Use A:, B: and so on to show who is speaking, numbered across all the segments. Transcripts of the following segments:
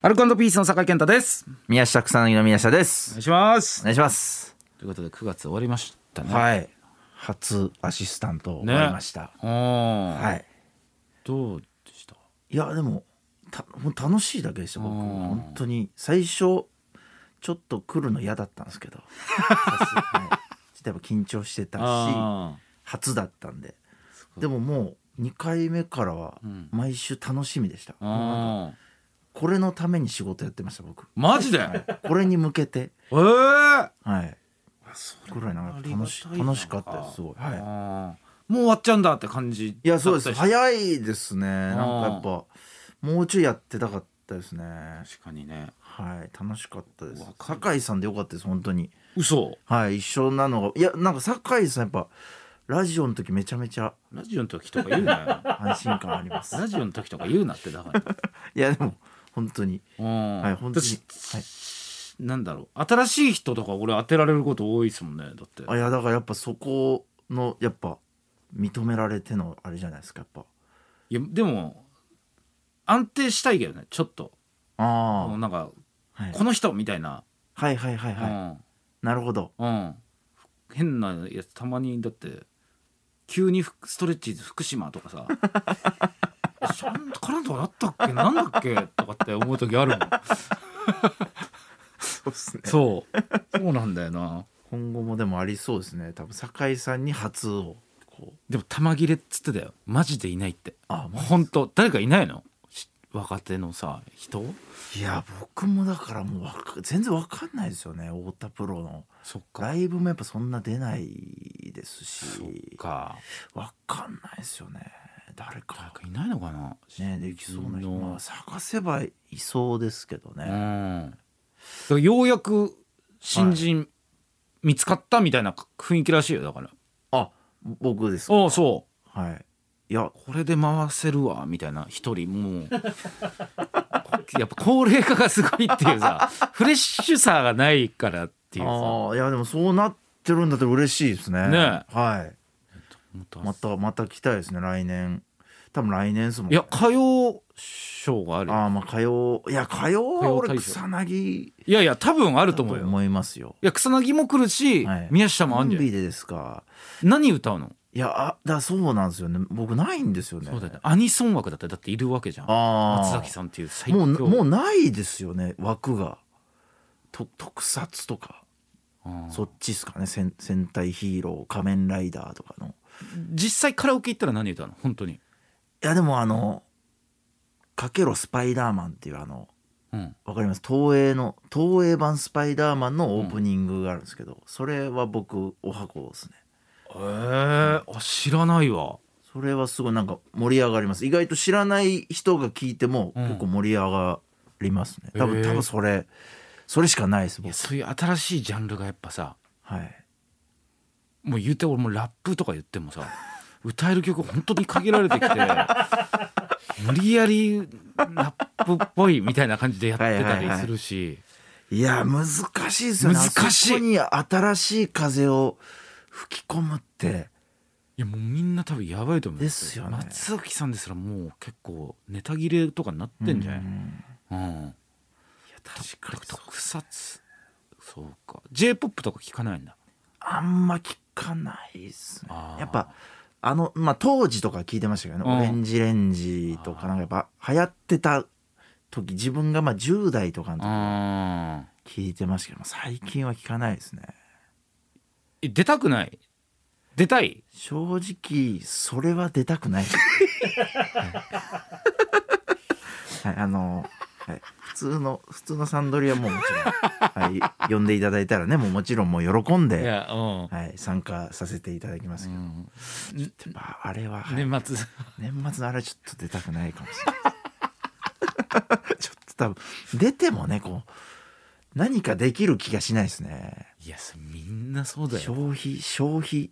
A: アルコピースの酒井健太です。
B: 宮下草薙の宮下で
A: お
B: す
A: 願いしま
B: お
A: す。
B: 願いします
C: ということで9月終わりましたね。
B: はい初アシスタント終わりました、
A: おー
B: はい
C: どうでした？
B: いやでもたもう楽しいだけでした僕本当に最初ちょっと来るの嫌だったんですけ どさすはいちょっとやっぱ緊張してたし
C: あ
B: 初だったんででももう2回目からは毎週楽しみでした、
C: あ。
B: これのために仕事やってました僕
C: マジで？
B: これに向けて
C: えー
B: はいぐらいなんか楽し楽しかったですすごいは
C: あ
B: い
C: ーもう終わっちゃうんだって感じ。
B: いやそうです
C: だったし
B: 早いですねなんかやっぱもうちょいやってたかったですね
C: 確かにね。
B: はい楽しかったです
C: わかる
B: 酒井さんでよかったです本当に
C: 嘘。
B: はい一緒なのがいやなんか酒井さんやっぱラジオの時めちゃめちゃ
C: ラジオの時とか言う なよ。
B: 安心感あり ます
C: ラジオの時とか言うなってだ から。
B: いやでも本当に
C: うん
B: はい本当に
C: 私
B: はい
C: なんだろう。新しい人とか俺当てられること多いですもんね。だって。
B: あいやだからやっぱそこのやっぱ認められてのあれじゃないですかやっぱ
C: いやでも安定したいけどね。ちょっと
B: あ
C: もうなんか
B: あ、はい、
C: この人みたいな。
B: はいはいはいはい
C: うん
B: なるほど
C: うん、変なやつたまにだって急にふストレッチーズ福島とか さそんな絡んだことあったっけなんだっけとかって思う時あるもん
B: そうですね
C: そうそうなんだよな
B: 今後もでもありそうですね多分酒井さんに初をこう
C: でも玉切れっつってたよマジでいないって
B: あも
C: 本当誰かいないのし若手のさ人
B: ういや僕もだからもうわか全然わかんないですよね太田プロの
C: そっ
B: ライブもやっぱそんな出ないです
C: そっ
B: し
C: か
B: わかんないですよね誰
C: 誰
B: か
C: かいないのかな
B: ねできそうな人
C: うん
B: まあ探せばいそうですけど
C: う
B: ね、
C: ん、だからようやく新人見つかったみたいな雰囲気らしいよだから
B: あ僕ですか
C: ああそう
B: はいいや
C: これで回せるわみたいな一人もう やっぱ高齢化がすごいっていうさ フレッシュさがないからっていうさも
B: あーいやでもそうなってるんだったら嬉しいですね
C: ね
B: は
C: っと
B: いまたまた来たいですね来年多分来年ですもん
C: い
B: ね
C: や歌謡ショーがある
B: ああまあ歌謡いや歌謡は
C: 歌
B: 俺
C: 謡大賞
B: 草薙
C: いやいや多分あると
B: と
C: 思うよ
B: 思いますよ
C: いや草薙も来るし、
B: はい
C: 宮下もあるんじゃ
B: コン
C: ん
B: ビでですか
C: 何歌うの、
B: いやあだからそうなんですよね僕ないんですよね
C: そうだよねアニソン枠だってだっているわけじゃん
B: あ
C: 松
B: あ
C: 崎さんっていう最強
B: もうもうないですよね枠がと特撮とか
C: うん
B: そっちっすかね戦戦隊ヒーロー仮面ライダーとかのい
C: 実際カラオケ行ったら何歌うの本当に、
B: やでもあの「かけろスパイダーマン」っていうあの
C: うん、
B: わかります東映の東映版「スパイダーマン」のオープニングがあるんですけど、それは僕お箱ですね
C: えー、あ知らないわ
B: それはすごいなんか盛り上がります意外と知らない人が聞いても
C: うん
B: 結構盛り上がりますね、多
C: へ
B: 分
C: え
B: 多分それそれしかないです
C: い
B: 僕
C: やそういう新しいジャンルがやっぱさ
B: はい
C: もう言うて俺もうラップとか言ってもさ歌える曲本当に限られてきて無理やりラップっぽいみたいな感じでやってたりするし、
B: いや難しいですよね
C: 難しい
B: あそこに新しい風を吹き込むって
C: いやもうみんな多分やばいと思う
B: ですよね
C: 松崎さんですらもう結構ネタ切れとかになってんじゃない、
B: う
C: うん
B: いや確かにそう
C: 特撮そうか j p o p とか聞かないんだ
B: あんま聞かないですね
C: あー
B: やっぱあのまあ当時とか聞いてましたけどね、
C: うん
B: オレンジレンジとかなんかやっぱ流行ってた時自分がまあ10代とかの
C: あー
B: 時聞いてましたけど最近は聞かないですね
C: え出たくない出たい
B: 正直それは出たくない はい、あの、はい、普通の普通のサンドリはもうもちろん、はい、呼んでいただいたらねもうもちろんもう喜ん
C: い
B: で、
C: やう
B: はい、参加させていただきますけど、
C: ん、
B: やっぱあれは、はい
C: 年末
B: 年末のあれはちょっと出たくないかもしれない ちょっと多分出てもねこう何かできる気がしないですね
C: いやそれみんなそうだよ
B: 消費消費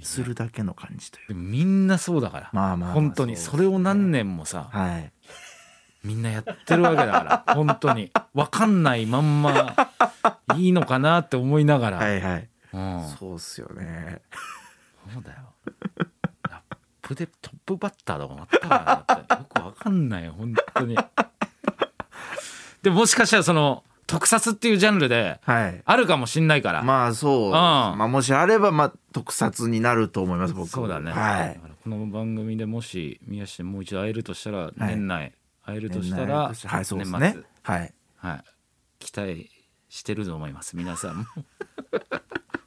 B: するだけの感じという
C: でもみんなそうだから、
B: まあまあまあ
C: 本当に
B: そう
C: それを何年もさ、
B: はい
C: みんなやってるわけだから 本当に分かんないまんまいいのかなって思いながら、
B: はいはい。
C: うん、そ
B: そうっすよね。
C: うだよラップでトップバッターとかなったからだってよく分かんないよ本当にでもしかしたらその特撮っていうジャンルで
B: はい
C: あるかもしんないから、
B: まあそう、
C: ん
B: まあもしあればまあ特撮になると思います僕
C: そうだね、
B: はい
C: だからこの番組でもし宮下にもう一度会えるとしたら年内会えるとしたら
B: 年内はいそうですね
C: 年末
B: はい
C: はい、期待してると思います皆 さんも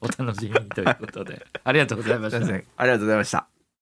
C: お楽しみにということでありがとうございまし
B: すい
C: た
B: ませんありがとうございました